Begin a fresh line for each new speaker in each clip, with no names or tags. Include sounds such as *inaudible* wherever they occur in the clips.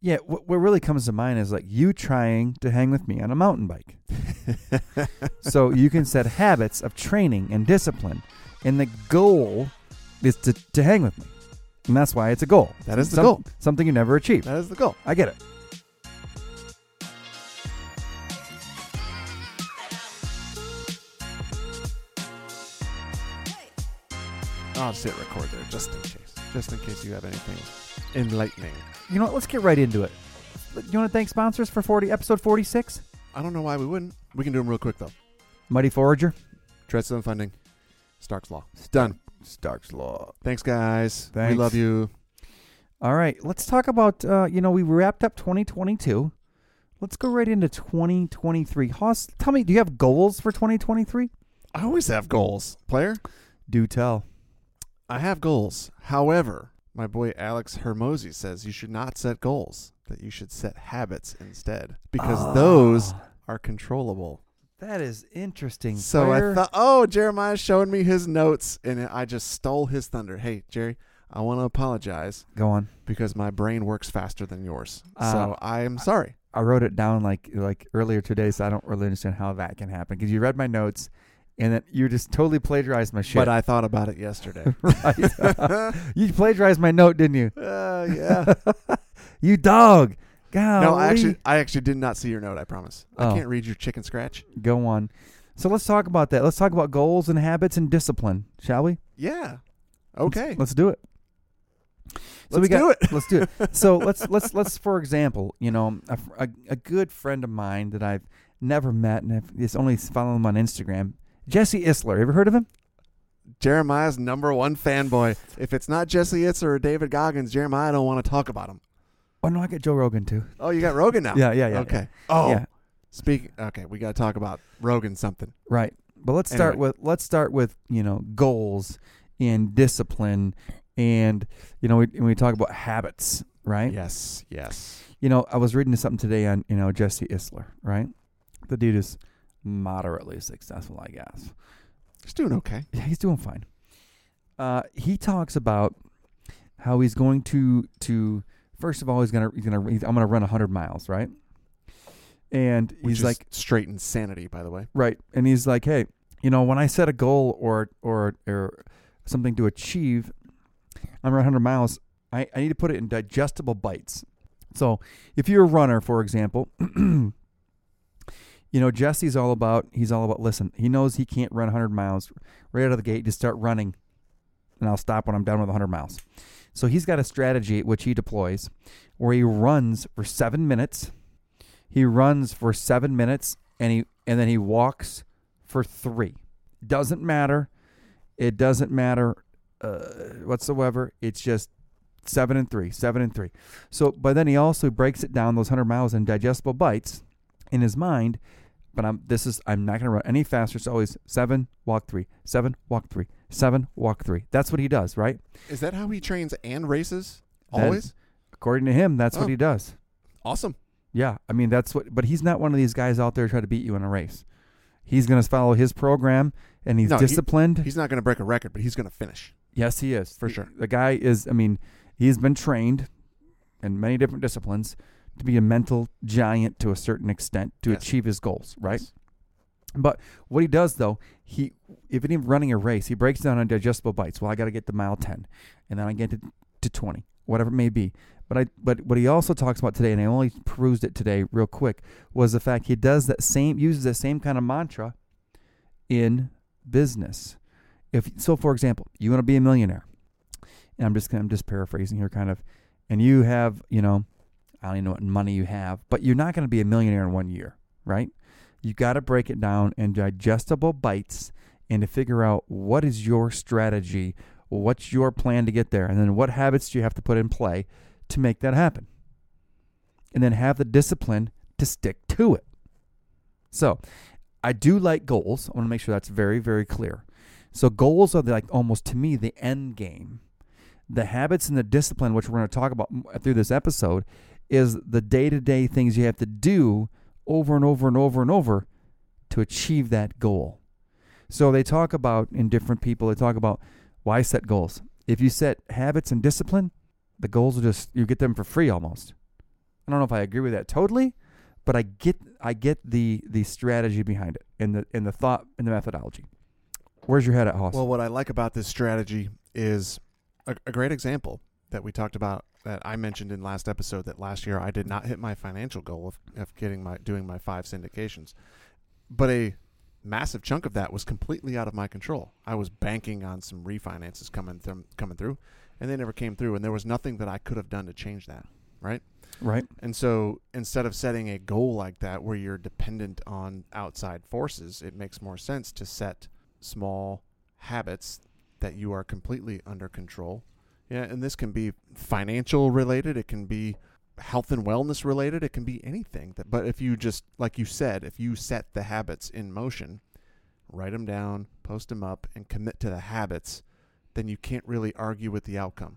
Yeah, what, what really comes to mind is like you trying to hang with me on a mountain
*laughs*
bike. so you can set habits of training and discipline, and the goal is to, to hang with me. And that's why it's a goal.
That is the
Some-
goal.
Something you never achieve.
That is the goal.
I get it.
I'll just hit record there just in case. Just in case you have anything enlightening.
You know what? Let's get right into it. You want to thank sponsors for 40 episode 46?
I don't know why we wouldn't. We can do them real quick though.
Mighty Forager.
Dreadstone funding. Stark's Law. It's done.
Stark's Law.
Thanks guys.
Thanks.
We love you.
All right, let's talk about. Uh, you know, we wrapped up 2022. Let's go right into 2023. Haas, tell me, do you have goals for 2023?
I always have goals. Player?
Do tell.
I have goals. However, my boy Alex Hermosi says you should not set goals, that you should set habits instead because
Ah.
those are controllable.
That is interesting.
So I
Where-
thought, oh, Jeremiah's showing me his notes, and I just stole his thunder. Hey, Jerry, I want to apologize
Go on.
because my brain works faster than yours.
Uh,
so I am sorry.
I wrote it down like like earlier today, so I don't really understand how that can happen because you read my notes, and then you just totally plagiarized my shit.
But I thought about it yesterday.
*laughs* right. *laughs* you plagiarized my note, didn't you?
*laughs* Uh, yeah.
*laughs* you dog. God.
No, I actually, I actually did not see your note. I promise.
Oh.
I can't read your chicken scratch.
go on. So let's talk about that. Let's talk about goals and habits and discipline, shall we?
Yeah.
Let's-
Okay.
Let's, do it. So we
Let's
got,
do it.
let's do it. So let's let's let's for example, you know, a, fr- a, a good friend of mine that I've never met and I've it's only following him on Instagram, Jesse Isler. Ever heard of him?
Jeremiah's number one fanboy. If it's not Jesse Itzer or David Goggins, Jeremiah don't want to talk about him.
Oh no, I got Joe Rogan too.
Oh, you got Rogan now.
Yeah, yeah, yeah.
Okay.
yeah.
Oh,
yeah,
speak. Okay, we got to talk about Rogan something.
right. But let's start
Anyway.
with let's start with you know goals and discipline, and you know we, and we talk about habits, right?
Yes. Yes.
You know, I was reading something today on, you know, Jesse Isler, right? The dude is moderately successful, I guess.
He's doing okay.
Yeah, he's doing fine. Uh, he talks about how he's going to to first of all he's gonna he's gonna he's, I'm gonna run hundred miles, right? And
Which
he's
is
like,
straight insanity, by the way.
right, and he's like, hey, you know, when I set a goal or or or something to achieve, I'm around hundred miles. I, I need to put it in digestible bites. So if you're a runner, for example, *clears throat* you know Jesse's all about he's all about listen. He knows he can't run 100 miles right out of the gate. Just start running, and I'll stop when I'm done with 100 miles. So he's got a strategy which he deploys, where he runs for seven minutes. He runs for seven minutes, and he and then he walks for three. Doesn't matter. It doesn't matter uh, whatsoever. It's just seven and three, seven and three. So, but then he also breaks it down those hundred miles in digestible bites in his mind. But I'm this is I'm not going to run any faster. It's always seven walk three, seven walk three, seven walk three. That's what he does, right?
Is that how he trains and races?
That-
Always?
According to him, that's
Oh.
what he does.
awesome.
Yeah, I mean that's what. But he's not one of these guys out there trying to beat you in a race. He's going to follow his program, and he's
No, he-
disciplined.
He's not going to break a record, but he's going to finish.
Yes, he is
For
The-
sure.
The guy is. I mean, he's been trained in many different disciplines to be a mental giant to a certain extent to
Yes.
achieve his goals. Right.
Yes.
But what he does though, he if he's running a race, he breaks down on digestible bites. Well, I got to get to mile ten, and then I get to, to twenty, whatever it may be. But I but what he also talks about today, and I only perused it today real quick, was the fact he does that same uses that same kind of mantra in business. If so, for example, you want to be a millionaire, and I'm just gonna- I'm just paraphrasing here, kind of, and you have you know, I don't even know what money you have, but you're not going to be a millionaire in one year, right? you got to break it down in digestible bites and to figure out what is your strategy, what's your plan to get there, and then what habits do you have to put in play to make that happen. And then have the discipline to stick to it. So, I do like goals. I want to make sure that's very, very clear. So, goals are the, like almost to me the end game. The habits and the discipline, which we're going to talk about m- through this episode, is the day to day things you have to do over and over and over and over to achieve that goal. So they talk about in different people, they talk about why set goals. If you set habits and discipline, the goals will just you get them for free almost. I don't know if I agree with that totally, but I get I get the the strategy behind it and the and the thought and the methodology. Where's your head at, Hoss?
Well, what I like about this strategy is a, a great example that we talked about that I mentioned in last episode that last year I did not hit my financial goal of, of getting my doing my five syndications. But a massive chunk of that was completely out of my control. I was banking on some refinances coming through coming through and they never came through and there was nothing that I could have done to change that, right?
right.
And so instead of setting a goal like that where you're dependent on outside forces, it makes more sense to set small habits that you are completely under control. Yeah, and this can be financial related, it can be health and wellness related, it can be anything. That, but if you just like you said, if you set the habits in motion, write them down, post them up and commit to the habits, then you can't really argue with the outcome.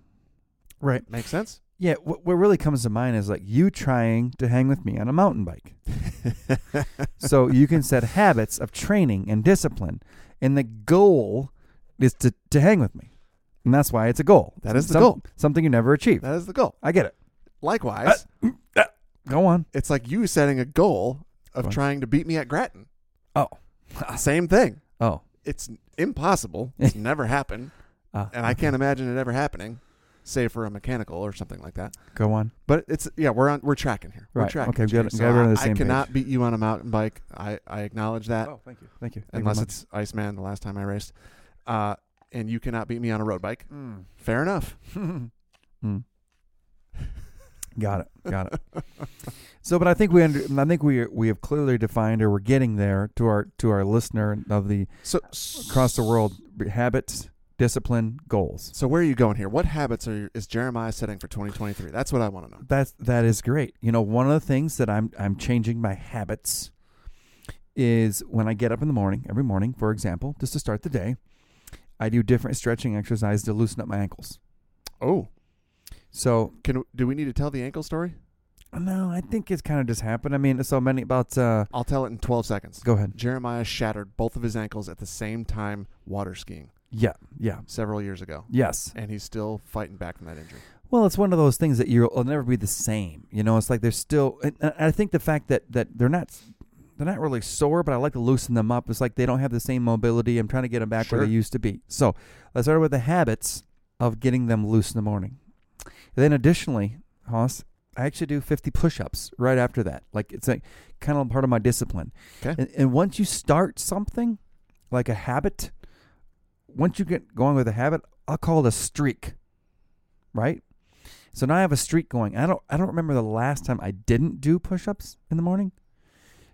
Right.
Make sense?
Yeah, what, what really comes to mind is like you trying to hang with me on a mountain
*laughs*
bike. so you can set habits of training and discipline, and the goal is to, to hang with me. And that's why it's a goal.
That is the
Some-
goal.
Something you never achieve.
That is the goal.
I get it.
Likewise,
Uh, Go on.
it's like you setting a goal of
Right.
trying to beat me at Grattan.
Oh.
Same thing.
Oh.
It's impossible.
*laughs*
It's never happened,
Ah,
and I can't imagine it ever happening, save for a mechanical or something like that.
Go on.
But it's yeah, we're on we're tracking here. We're
Right.
tracking.
Okay,
here.
good.
So
Glad we're on the
I- I
same page.
cannot beat you on a mountain bike. I I acknowledge that.
Oh, thank you. Thank you.
unless it's Iceman, the last time I raced, uh, and you cannot beat me on a road bike. Fair enough.
Mm. Mm. Got it. Got it. so, but I think we under, I think we we have clearly defined, or we're getting there to our to our listener of the
So
across the world habits, discipline, goals.
So where are you going here? What habits are is Jeremiah setting for 2023? That's what I want to know.
That's that is great. You know, one of the things that I'm I'm changing my habits is when I get up in the morning, every morning, for example, just to start the day, I do different stretching exercise to loosen up my ankles.
Oh,
So
can do we need to tell the ankle story?
no, I think it's kind of just happened. I mean, so many about uh
I'll tell it in 12 seconds.
go ahead.
Jeremiah shattered both of his ankles at the same time water skiing
Yeah, yeah.
several years ago,
Yes.
and he's still fighting back from that injury.
Well, it's one of those things that you'll it'll never be the same. You know, it's like they're still. And and I think the fact that that they're not they're not really sore, but I like to loosen them up. It's like they don't have the same mobility. I'm trying to get them back
Sure.
where they used to be. So I started with the habits of getting them loose in the morning. then additionally, Hoss, I actually do 50 push-ups right after that. Like it's like kind of part of my discipline.
'Kay.
And, and once you start something like a habit, once you get going with a habit, I'll call it a streak, right? So now I have a streak going. I don't I don't remember the last time I didn't do push-ups in the morning.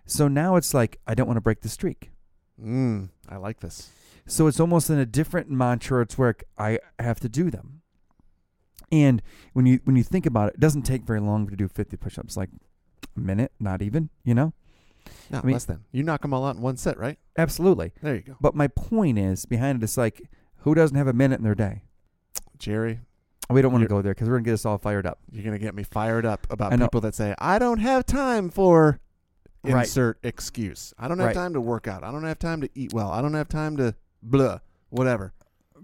So now it's like I don't want to break the streak.
Mm, I like this.
So it's almost in a different mantra. It's where I have to do them. And when you when you think about it, it doesn't take very long to do 50 push-ups, like a minute, not even, you know?
No,
I mean-
less than. You knock them all out in one set, right?
Absolutely.
There you go.
But my point is behind it, it's like who doesn't have a minute in their day?
Jerry,
We don't want to
You're-
go there because we're gonna get us all fired up.
you're going to get me fired up about
I know.
people that say, I don't have time for
Right.
insert excuse. I don't have
Right.
time to work out. I don't have time to eat well. I don't have time to blah, whatever.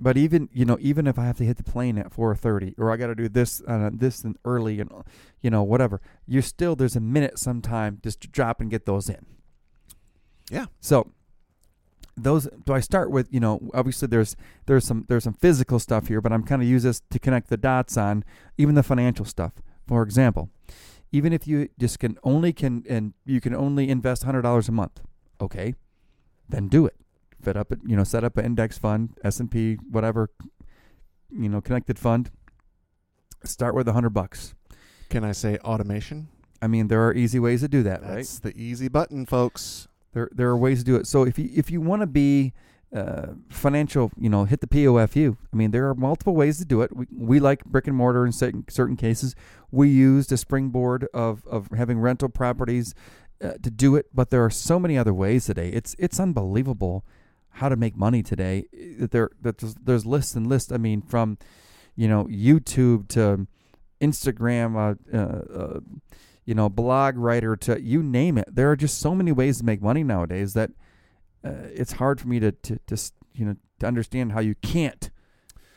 But even you know, even if I have to hit the plane at 4:30, or I got to do this uh, this and early, and you know whatever, you're still there's a minute sometime just to drop and get those in.
Yeah.
So those do I start with? You know, obviously there's there's some there's some physical stuff here, but I'm kind of use this to connect the dots on even the financial stuff. For example, even if you just can only can and you can only invest hundred dollars a month, okay, then do it. Fit up, you know, set up an index fund, S and P, whatever, you know, connected fund. Start with a hundred bucks.
Can I say automation?
I mean, there are easy ways to do that, right?
That's the easy button, folks.
There, there are ways to do it. So if you if you want to be uh, financial, you know, hit the POFU. I mean, there are multiple ways to do it. We, we like brick and mortar in certain, certain cases. We used a springboard of, of having rental properties uh, to do it, but there are so many other ways today. It's it's unbelievable how to make money today. I- That there that there's, there's lists and lists. I mean, from you know YouTube to Instagram, uh, uh, uh, you know, blog writer to you name it. There are just so many ways to make money nowadays that uh, it's hard for me to, to to s- you know to understand how you can't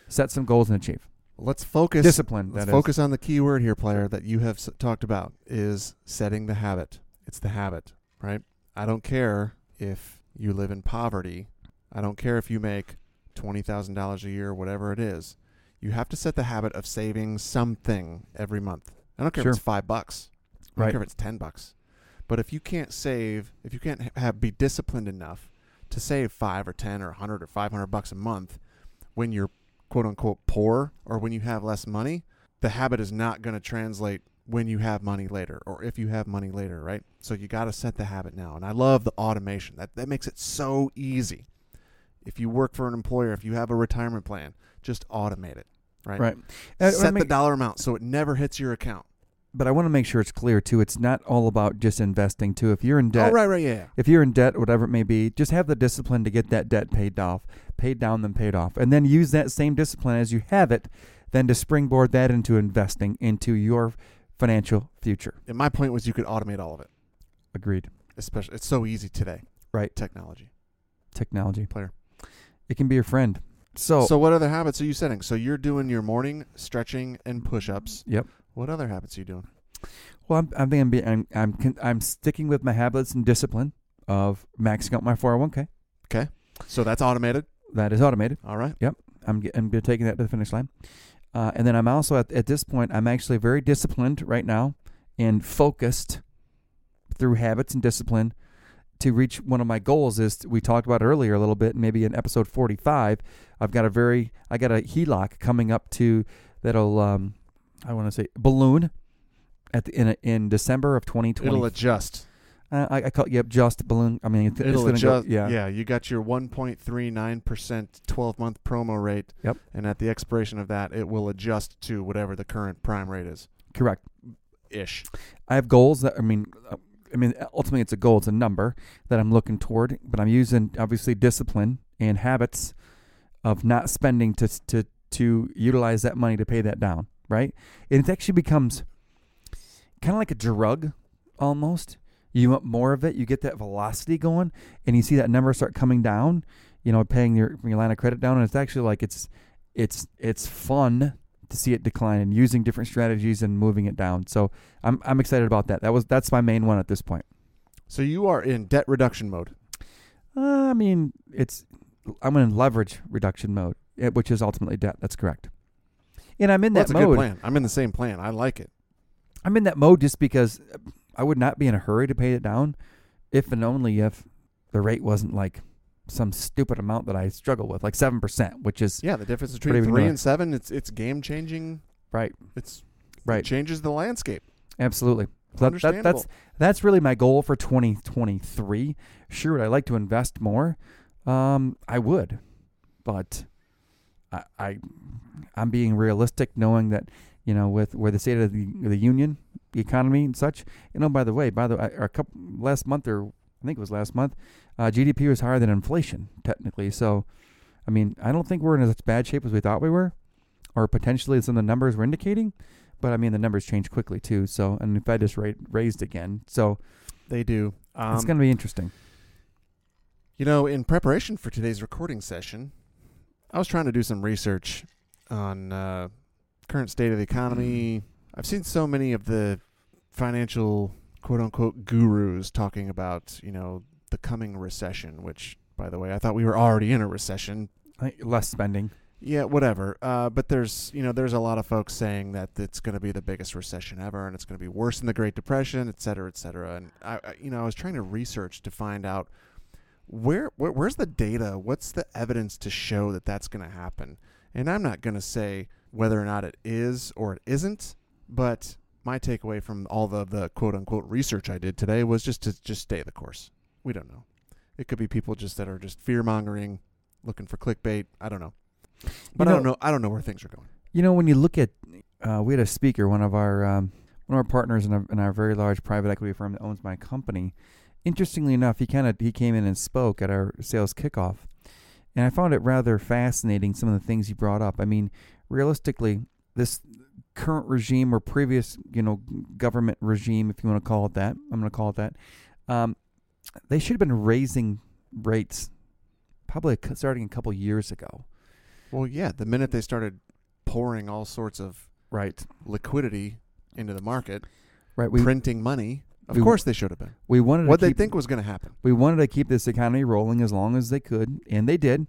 set some goals and achieve.
Let's focus.
Discipline.
Let's
that is.
focus on the key word here, player, that you have s- talked about is setting the habit. It's the habit, right? I don't care if you live in poverty. I don't care if you make $20,000 a year, whatever it is. You have to set the habit of saving something every month. I don't care
Sure.
if it's five bucks. I don't
Right.
care if it's 10 bucks. But if you can't save, if you can't ha- have, be disciplined enough to save five or 10 or 100 or 500 bucks a month when you're quote unquote poor or when you have less money, the habit is not going to translate when you have money later or if you have money later, right? So you got to set the habit now. And I love the automation. That that makes it so easy. If you work for an employer, if you have a retirement plan, just automate it, right?
Right. And I wanna
set
make-
the dollar amount so it never hits your account.
but I want to make sure it's clear too. It's not all about just investing too. If you're in debt,
Oh, right, right, yeah, yeah.
if you're in debt, whatever it may be, just have the discipline to get that debt paid off, paid down, then paid off, and then use that same discipline as you have it, then to springboard that into investing into your financial future.
And my point was you could automate all of it.
Agreed.
Especially it's so easy today.
Right.
Technology.
Technology
Player.
It can be your friend. So,
So what other habits are you setting? So you're doing your morning stretching and push-ups.
Yep.
What other habits are you doing?
well, I'm I'm being, I'm I'm con- I'm sticking with my habits and discipline of maxing out my 401k.
So that's automated.
That is automated.
All right.
I'm ge- I'm taking that to the finish line, uh, and then I'm also at at this point I'm actually very disciplined right now and focused through habits and discipline to reach one of my goals. Is we talked about earlier a little bit, maybe in episode 45. I've got a very I got a E HELOC coming up to that'll um, I want to say balloon at the, in a, in December of 2020.
It'll adjust.
uh, I, I call yep just balloon. I mean it's, it's
It'll
gonna go-
adjust. yeah. you got your 1.39% 12 month promo rate.
Yep.
And at the expiration of that, it will adjust to whatever the current prime rate is.
correct.
Ish.
I have goals that I mean, uh, I mean, ultimately it's a goal, it's a number that I'm looking toward. But I'm using obviously discipline and habits of not spending to to to utilize that money to pay that down, right? And it actually becomes kind of like a drug, almost. You want more of it, you get that velocity going, and you see that number start coming down. You know, paying your your line of credit down, and it's actually like it's it's it's fun to see it decline and using different strategies and moving it down. So I'm I'm excited about that. That was that's my main one at this point.
So you are in debt reduction mode.
Uh, I mean, it's I'm in leverage reduction mode, eh, which is ultimately debt. That's correct. And I'm in
Well,
that
that's a good
mode.
plan. I'm in the same plan. I like it.
I'm in that mode just because I would not be in a hurry to pay it down, if and only if the rate wasn't like some stupid amount that I struggle with, like seven percent, which is
Yeah, the difference
Pretty
between
big
three
number.
and seven, it's it's game changing.
Right.
It's It
Right.
changes the landscape.
absolutely. So that- that-
Understandable.
that's that's really my goal for 2023. Sure, would I like to invest more? Um, I would, but I, I I'm being realistic, knowing that you know with where the state of the, the union, the economy, and such. You know, by the way, by the way, a couple last month or I think it was last month, uh, GDP was higher than inflation technically. So, I mean, I don't think we're in as bad shape as we thought we were, or potentially some of the numbers were indicating. But I mean, the numbers change quickly too. So, and the Fed just rate raised again. So
they do. Um,
it's going to be interesting.
You know, in preparation for today's recording session, I was trying to do some research on uh, current state of the economy. I've seen so many of the financial quote unquote gurus talking about, you know, the coming recession, which, by the way, I thought we were already in a recession.
I- Less spending.
Yeah, whatever. Uh, but there's, you know, there's a lot of folks saying that it's going to be the biggest recession ever, and it's going to be worse than the Great Depression, et cetera, et cetera. And I, I- you know, I was trying to research to find out where, where where's the data? What's the evidence to show that that's going to happen? And I'm not going to say whether or not it is or it isn't, but my takeaway from all the, the quote unquote research I did today was just to just stay the course. We don't know. It could be people just that are just fear mongering, looking for clickbait. I don't know. But I don't know. I don't know where things are going.
You know, when you look at, uh, we had a speaker, one of our um, one of our partners in, a, in our very large private equity firm that owns my company. Interestingly enough, he kind of he came in and spoke at our sales kickoff, and I found it rather fascinating some of the things he brought up. I mean, realistically, this current regime or previous, you know, government regime, if you want to call it that, I'm going to call it that. Um, they should have been raising rates probably starting a couple years ago.
Well, yeah. The minute they started pouring all sorts of
Right.
liquidity into the market,
Right. We
printing money. Of
we-
course, they should have been.
we wanted
What
to
they
keep,
think was going to happen.
we wanted to keep this economy rolling as long as they could, and they did.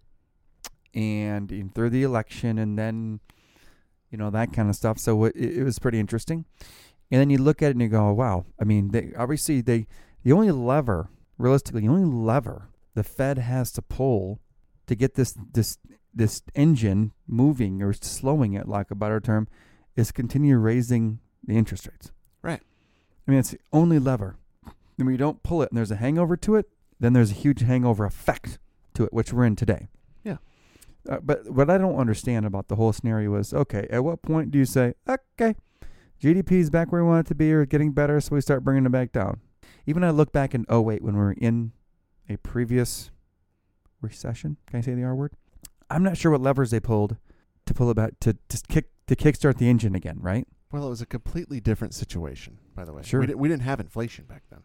And in, through the election, and then, you know, that kind of stuff. So it, it was pretty interesting. And then you look at it and you go, "Wow!" I mean, they obviously they the only lever, realistically, the only lever the Fed has to pull to get this this this engine moving or slowing it, like a better term, is continue raising the interest rates.
Right.
I mean, it's the only lever. And when you don't pull it and there's a hangover to it, then there's a huge hangover effect to it, which we're in today.
Yeah.
Uh, but what I don't understand about the whole scenario is okay, at what point do you say, okay, GDP is back where we want it to be or getting better, so we start bringing it back down? Even I look back in 08 when we were in a previous recession. Can I say the R word? I'm not sure what levers they pulled to pull it back to, to kick to kickstart the engine again, right?
Well, it was a completely different situation, by the way.
Sure.
We, di- we didn't have inflation back then.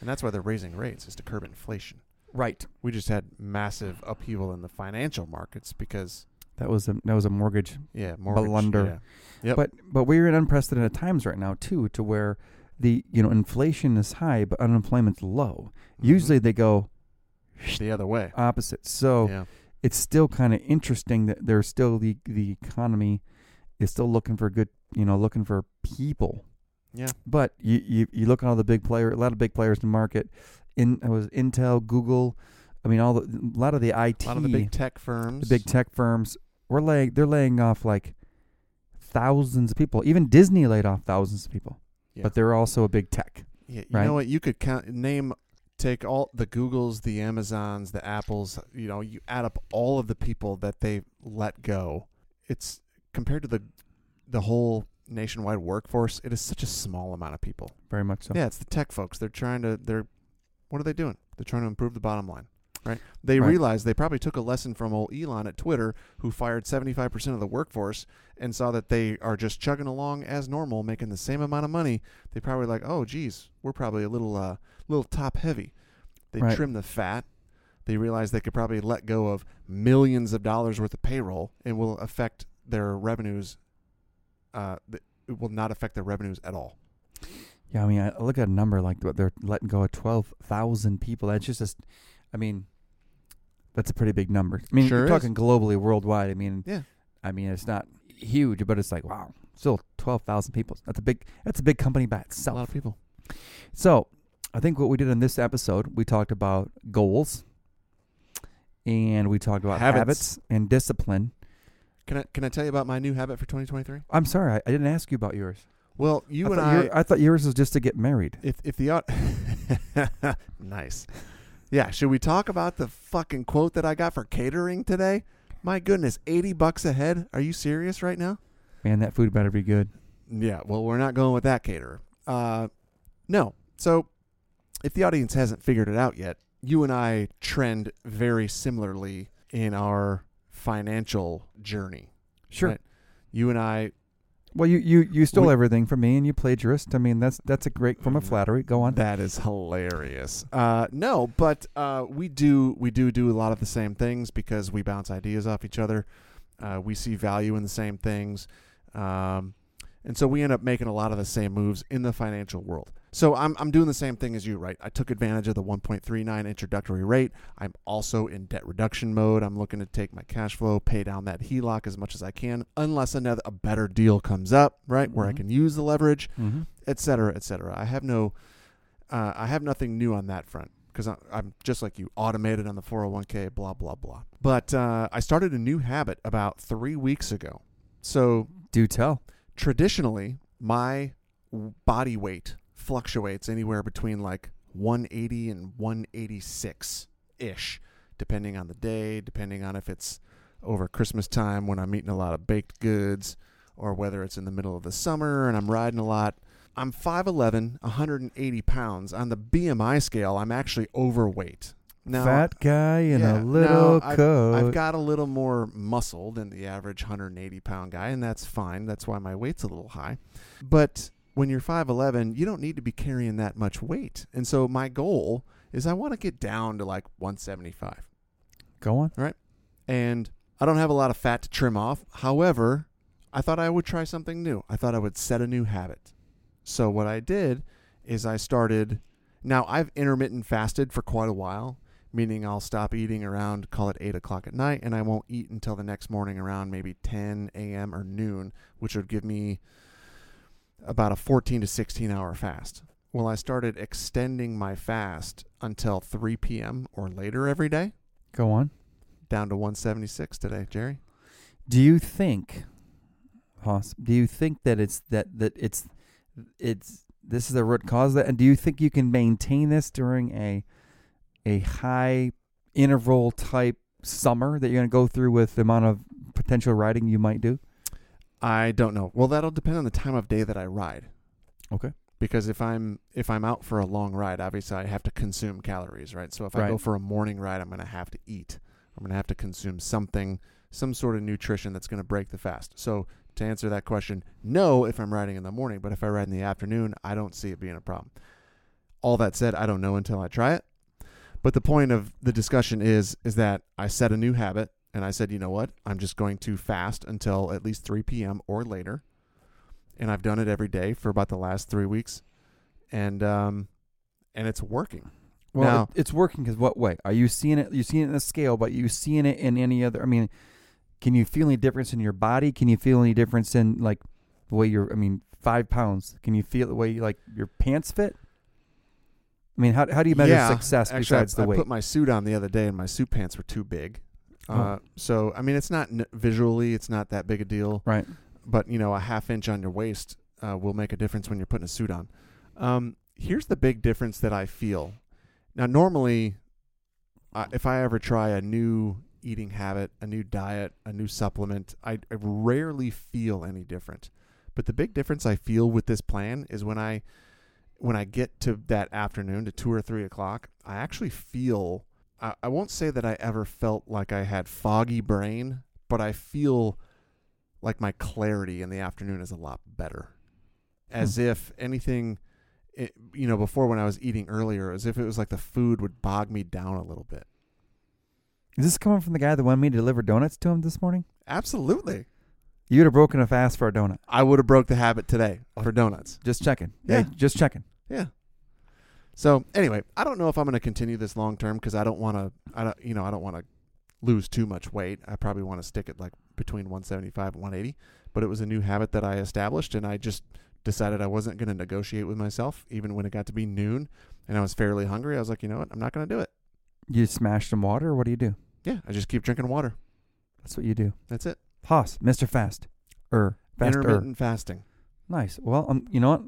And that's why they're raising rates, is to curb inflation.
Right.
We just had massive upheaval in the financial markets because,
That was a that was a mortgage
yeah, mortgage.
Blunder.
Yeah. Yep.
But but we're in unprecedented times right now too, to where the you know inflation is high but unemployment's low.
Mm-hmm.
Usually Oh. they go
Mhm. the other way.
opposite. So
Yeah.
it's still kind of interesting that there's still the the economy is still looking for good you know looking for people.
Yeah.
But you you, you look at all the big player a lot of big players in the market. In it was Intel, Google. I mean all the a lot of the IT
A lot of the big tech firms.
the big tech firms were laying they're laying off like thousands of people. Even Disney laid off thousands of people.
Yeah.
But they're also a big tech.
Yeah, you
right?
know what? You could count, name, take all the Googles, the Amazons, the Apples. You know, you add up all of the people that they let go. It's compared to the the whole nationwide workforce. It is such a small amount of people.
Very much so.
Yeah, it's the tech folks. They're trying to. They're what are they doing? They're trying to improve the bottom line. Right. They
Right.
realize they probably took a lesson from old Elon at Twitter, who fired 75% of the workforce and saw that they are just chugging along as normal, making the same amount of money. They probably like, oh, geez, we're probably a little, uh, little top heavy. They
Right.
trim the fat. They realize they could probably let go of millions of dollars worth of payroll and will affect their revenues. Uh, th- it will not affect their revenues at all.
Yeah, I mean, I I look at a number like what they're letting go of twelve thousand people. That's just, a st- I mean, that's a pretty big number. I mean,
Sure
you're
is.
talking globally, worldwide. I mean,
Yeah.
I mean, it's not huge, but it's like wow, still twelve thousand people. That's a big. That's a big company by
A lot
itself.
of people.
So, I think what we did in this episode, we talked about goals, and we talked about
Habits.
habits and discipline.
Can I can I tell you about my new habit for 2023?
I'm sorry, I, I didn't ask you about yours.
Well, you
I
and
thought
I,
your- I thought yours was just to get married.
if if the au- *laughs* nice, yeah. Should we talk about the fucking quote that I got for catering today? My goodness, 80 bucks a head. Are you serious right now?
Man, that food better be good.
Yeah. Well, we're not going with that caterer. Uh, no. So, if the audience hasn't figured it out yet, you and I trend very similarly in our financial journey.
Sure.
Right. You and I
Well, you you you stole
We-
everything from me, and you plagiarist. I mean, that's that's a great form of
Mm.
flattery. Go on.
That is hilarious. Uh, no, but uh, we do we do do a lot of the same things because we bounce ideas off each other. Uh, we see value in the same things, um, and so we end up making a lot of the same moves in the financial world. So I'm I'm doing the same thing as you, right? I took advantage of the 1.39 introductory rate. I'm also in debt reduction mode. I'm looking to take my cash flow, pay down that HELOC as much as I can, unless another a better deal comes up, right, where I
Mhm.
can use the leverage
Mm-hmm.
et cetera, et cetera. I have no, uh, I have nothing new on that front because I'm just like you, automated on the 401k, blah blah blah. But uh, I started a new habit about three weeks ago. So
Do tell.
traditionally, my w- body weight fluctuates anywhere between like 180 and 186 ish, depending on the day, depending on if it's over Christmas time when I'm eating a lot of baked goods, or whether it's in the middle of the summer and I'm riding a lot. I'm 5'11, 180 pounds. On the BMI scale, I'm actually overweight. Now,
Fat guy in
yeah,
a
no,
little
I've-
coat.
I've got a little more muscle than the average 180 pound guy, and that's fine. That's why my weight's a little high. But when you're 5'11, you don't need to be carrying that much weight. And so my goal is I want to get down to like 175.
Go on.
And I don't have a lot of fat to trim off. However, I thought I would try something new. I thought I would set a new habit. So what I did is I started. Now I've intermittent fasted for quite a while, meaning I'll stop eating around call it eight o'clock at night, and I won't eat until the next morning around maybe 10 a.m. or noon, which would give me about a 14 to 16 hour fast. Well, I started extending my fast until 3 p.m. or later every day,
Go on.
down to 176 today, Jerry.
Do you think, Haas? Do you think that it's that that it's it's this is the root cause of that, and do you think you can maintain this during a a high interval type summer that you're going to go through with the amount of potential riding you might do?
I don't know. Well, that'll depend on the time of day that I ride.
Okay.
Because if I'm if I'm out for a long ride, obviously I have to consume calories, right? So if I go
Right.
for a morning ride, I'm going to have to eat. I'm going to have to consume something, some sort of nutrition that's going to break the fast. So to answer that question, no, if I'm riding in the morning, but if I ride in the afternoon, I don't see it being a problem. All that said, I don't know until I try it. But the point of the discussion is is that I set a new habit and I said, you know what? I'm just going to fast until at least 3 p.m. or later. And I've done it every day for about the last three weeks, and um, and it's working.
Well,
Now-
it- it's working because what way are you seeing it? You're seeing it in the scale, but you seeing it in any other? I mean, can you feel any difference in your body? Can you feel any difference in like the way you're? I mean, five pounds. Can you feel the way you, like your pants fit? I mean, how how do you measure
Yeah,
success
Actually,
besides
I,
the
I
weight?
put my suit on the other day, and my suit pants were too big. Uh, So I mean, it's not n- visually, it's not that big a deal.
right.
but you know a half inch on your waist uh, will make a difference when you're putting a suit on um, here's the big difference that i feel now normally I if i ever try a new eating habit a new diet a new supplement I, I rarely feel any different but the big difference i feel with this plan is when i when i get to that afternoon to two or three o'clock i actually feel I, I won't say that i ever felt like i had foggy brain but i feel like my clarity in the afternoon is a lot better. As if anything, it, you know, before when I was eating earlier, as if it was like the food would bog me down a little bit.
Is this coming from the guy that wanted me to deliver donuts to him this morning?
Absolutely.
You'd have broken a fast for a donut.
I would have broke the habit today for donuts.
Just checking. Hey,
Yeah.
just checking.
Yeah. So anyway, I don't know if I'm going to continue this long term because I don't want to. I don't, you know, I don't want to lose too much weight. I probably want to stick it like between 175 and 180. But it was a new habit that I established, and I just decided I wasn't going to negotiate with myself, even when it got to be noon, and I was fairly hungry. I was like, you know what, I'm not going to do it.
You smash some water, or what do you do?
Yeah, I just keep drinking water.
That's what you do.
That's it.
Haas, Mister Fast, er, faster.
Intermittent fasting.
Nice. Well, um, you know what?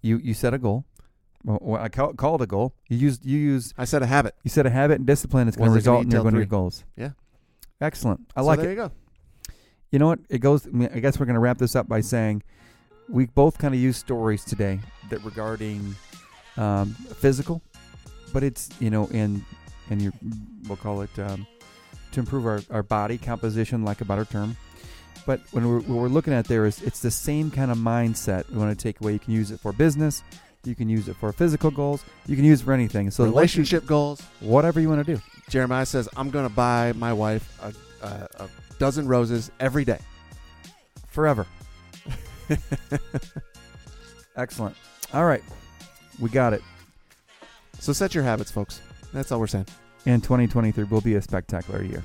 You you set a goal. Well, well, I call, call it a goal. You use you use
I set a habit.
you set a habit and discipline. It's going to
Wasn't gonna
result in
eat
your
till
going to your
three.
goals.
Yeah.
Excellent. I
So
like
there
it.
you go.
You know what? It goes. I, mean, I guess we're going to wrap this up by saying we both kind of use stories today that regarding um, physical, but it's you know and and you we'll call it um, to improve our, our body composition, like a better term. But when we're, what we're looking at there is it's the same kind of mindset we want to take away. You can use it for business, you can use it for physical goals, you can use it for anything. So
Relationship goals.
whatever you want to do.
Jeremiah says, I'm going to buy my wife a, a, a dozen roses every day.
forever. Excellent. All right. We got it.
So set your habits, folks. That's all we're saying.
And 2023 will be a spectacular year.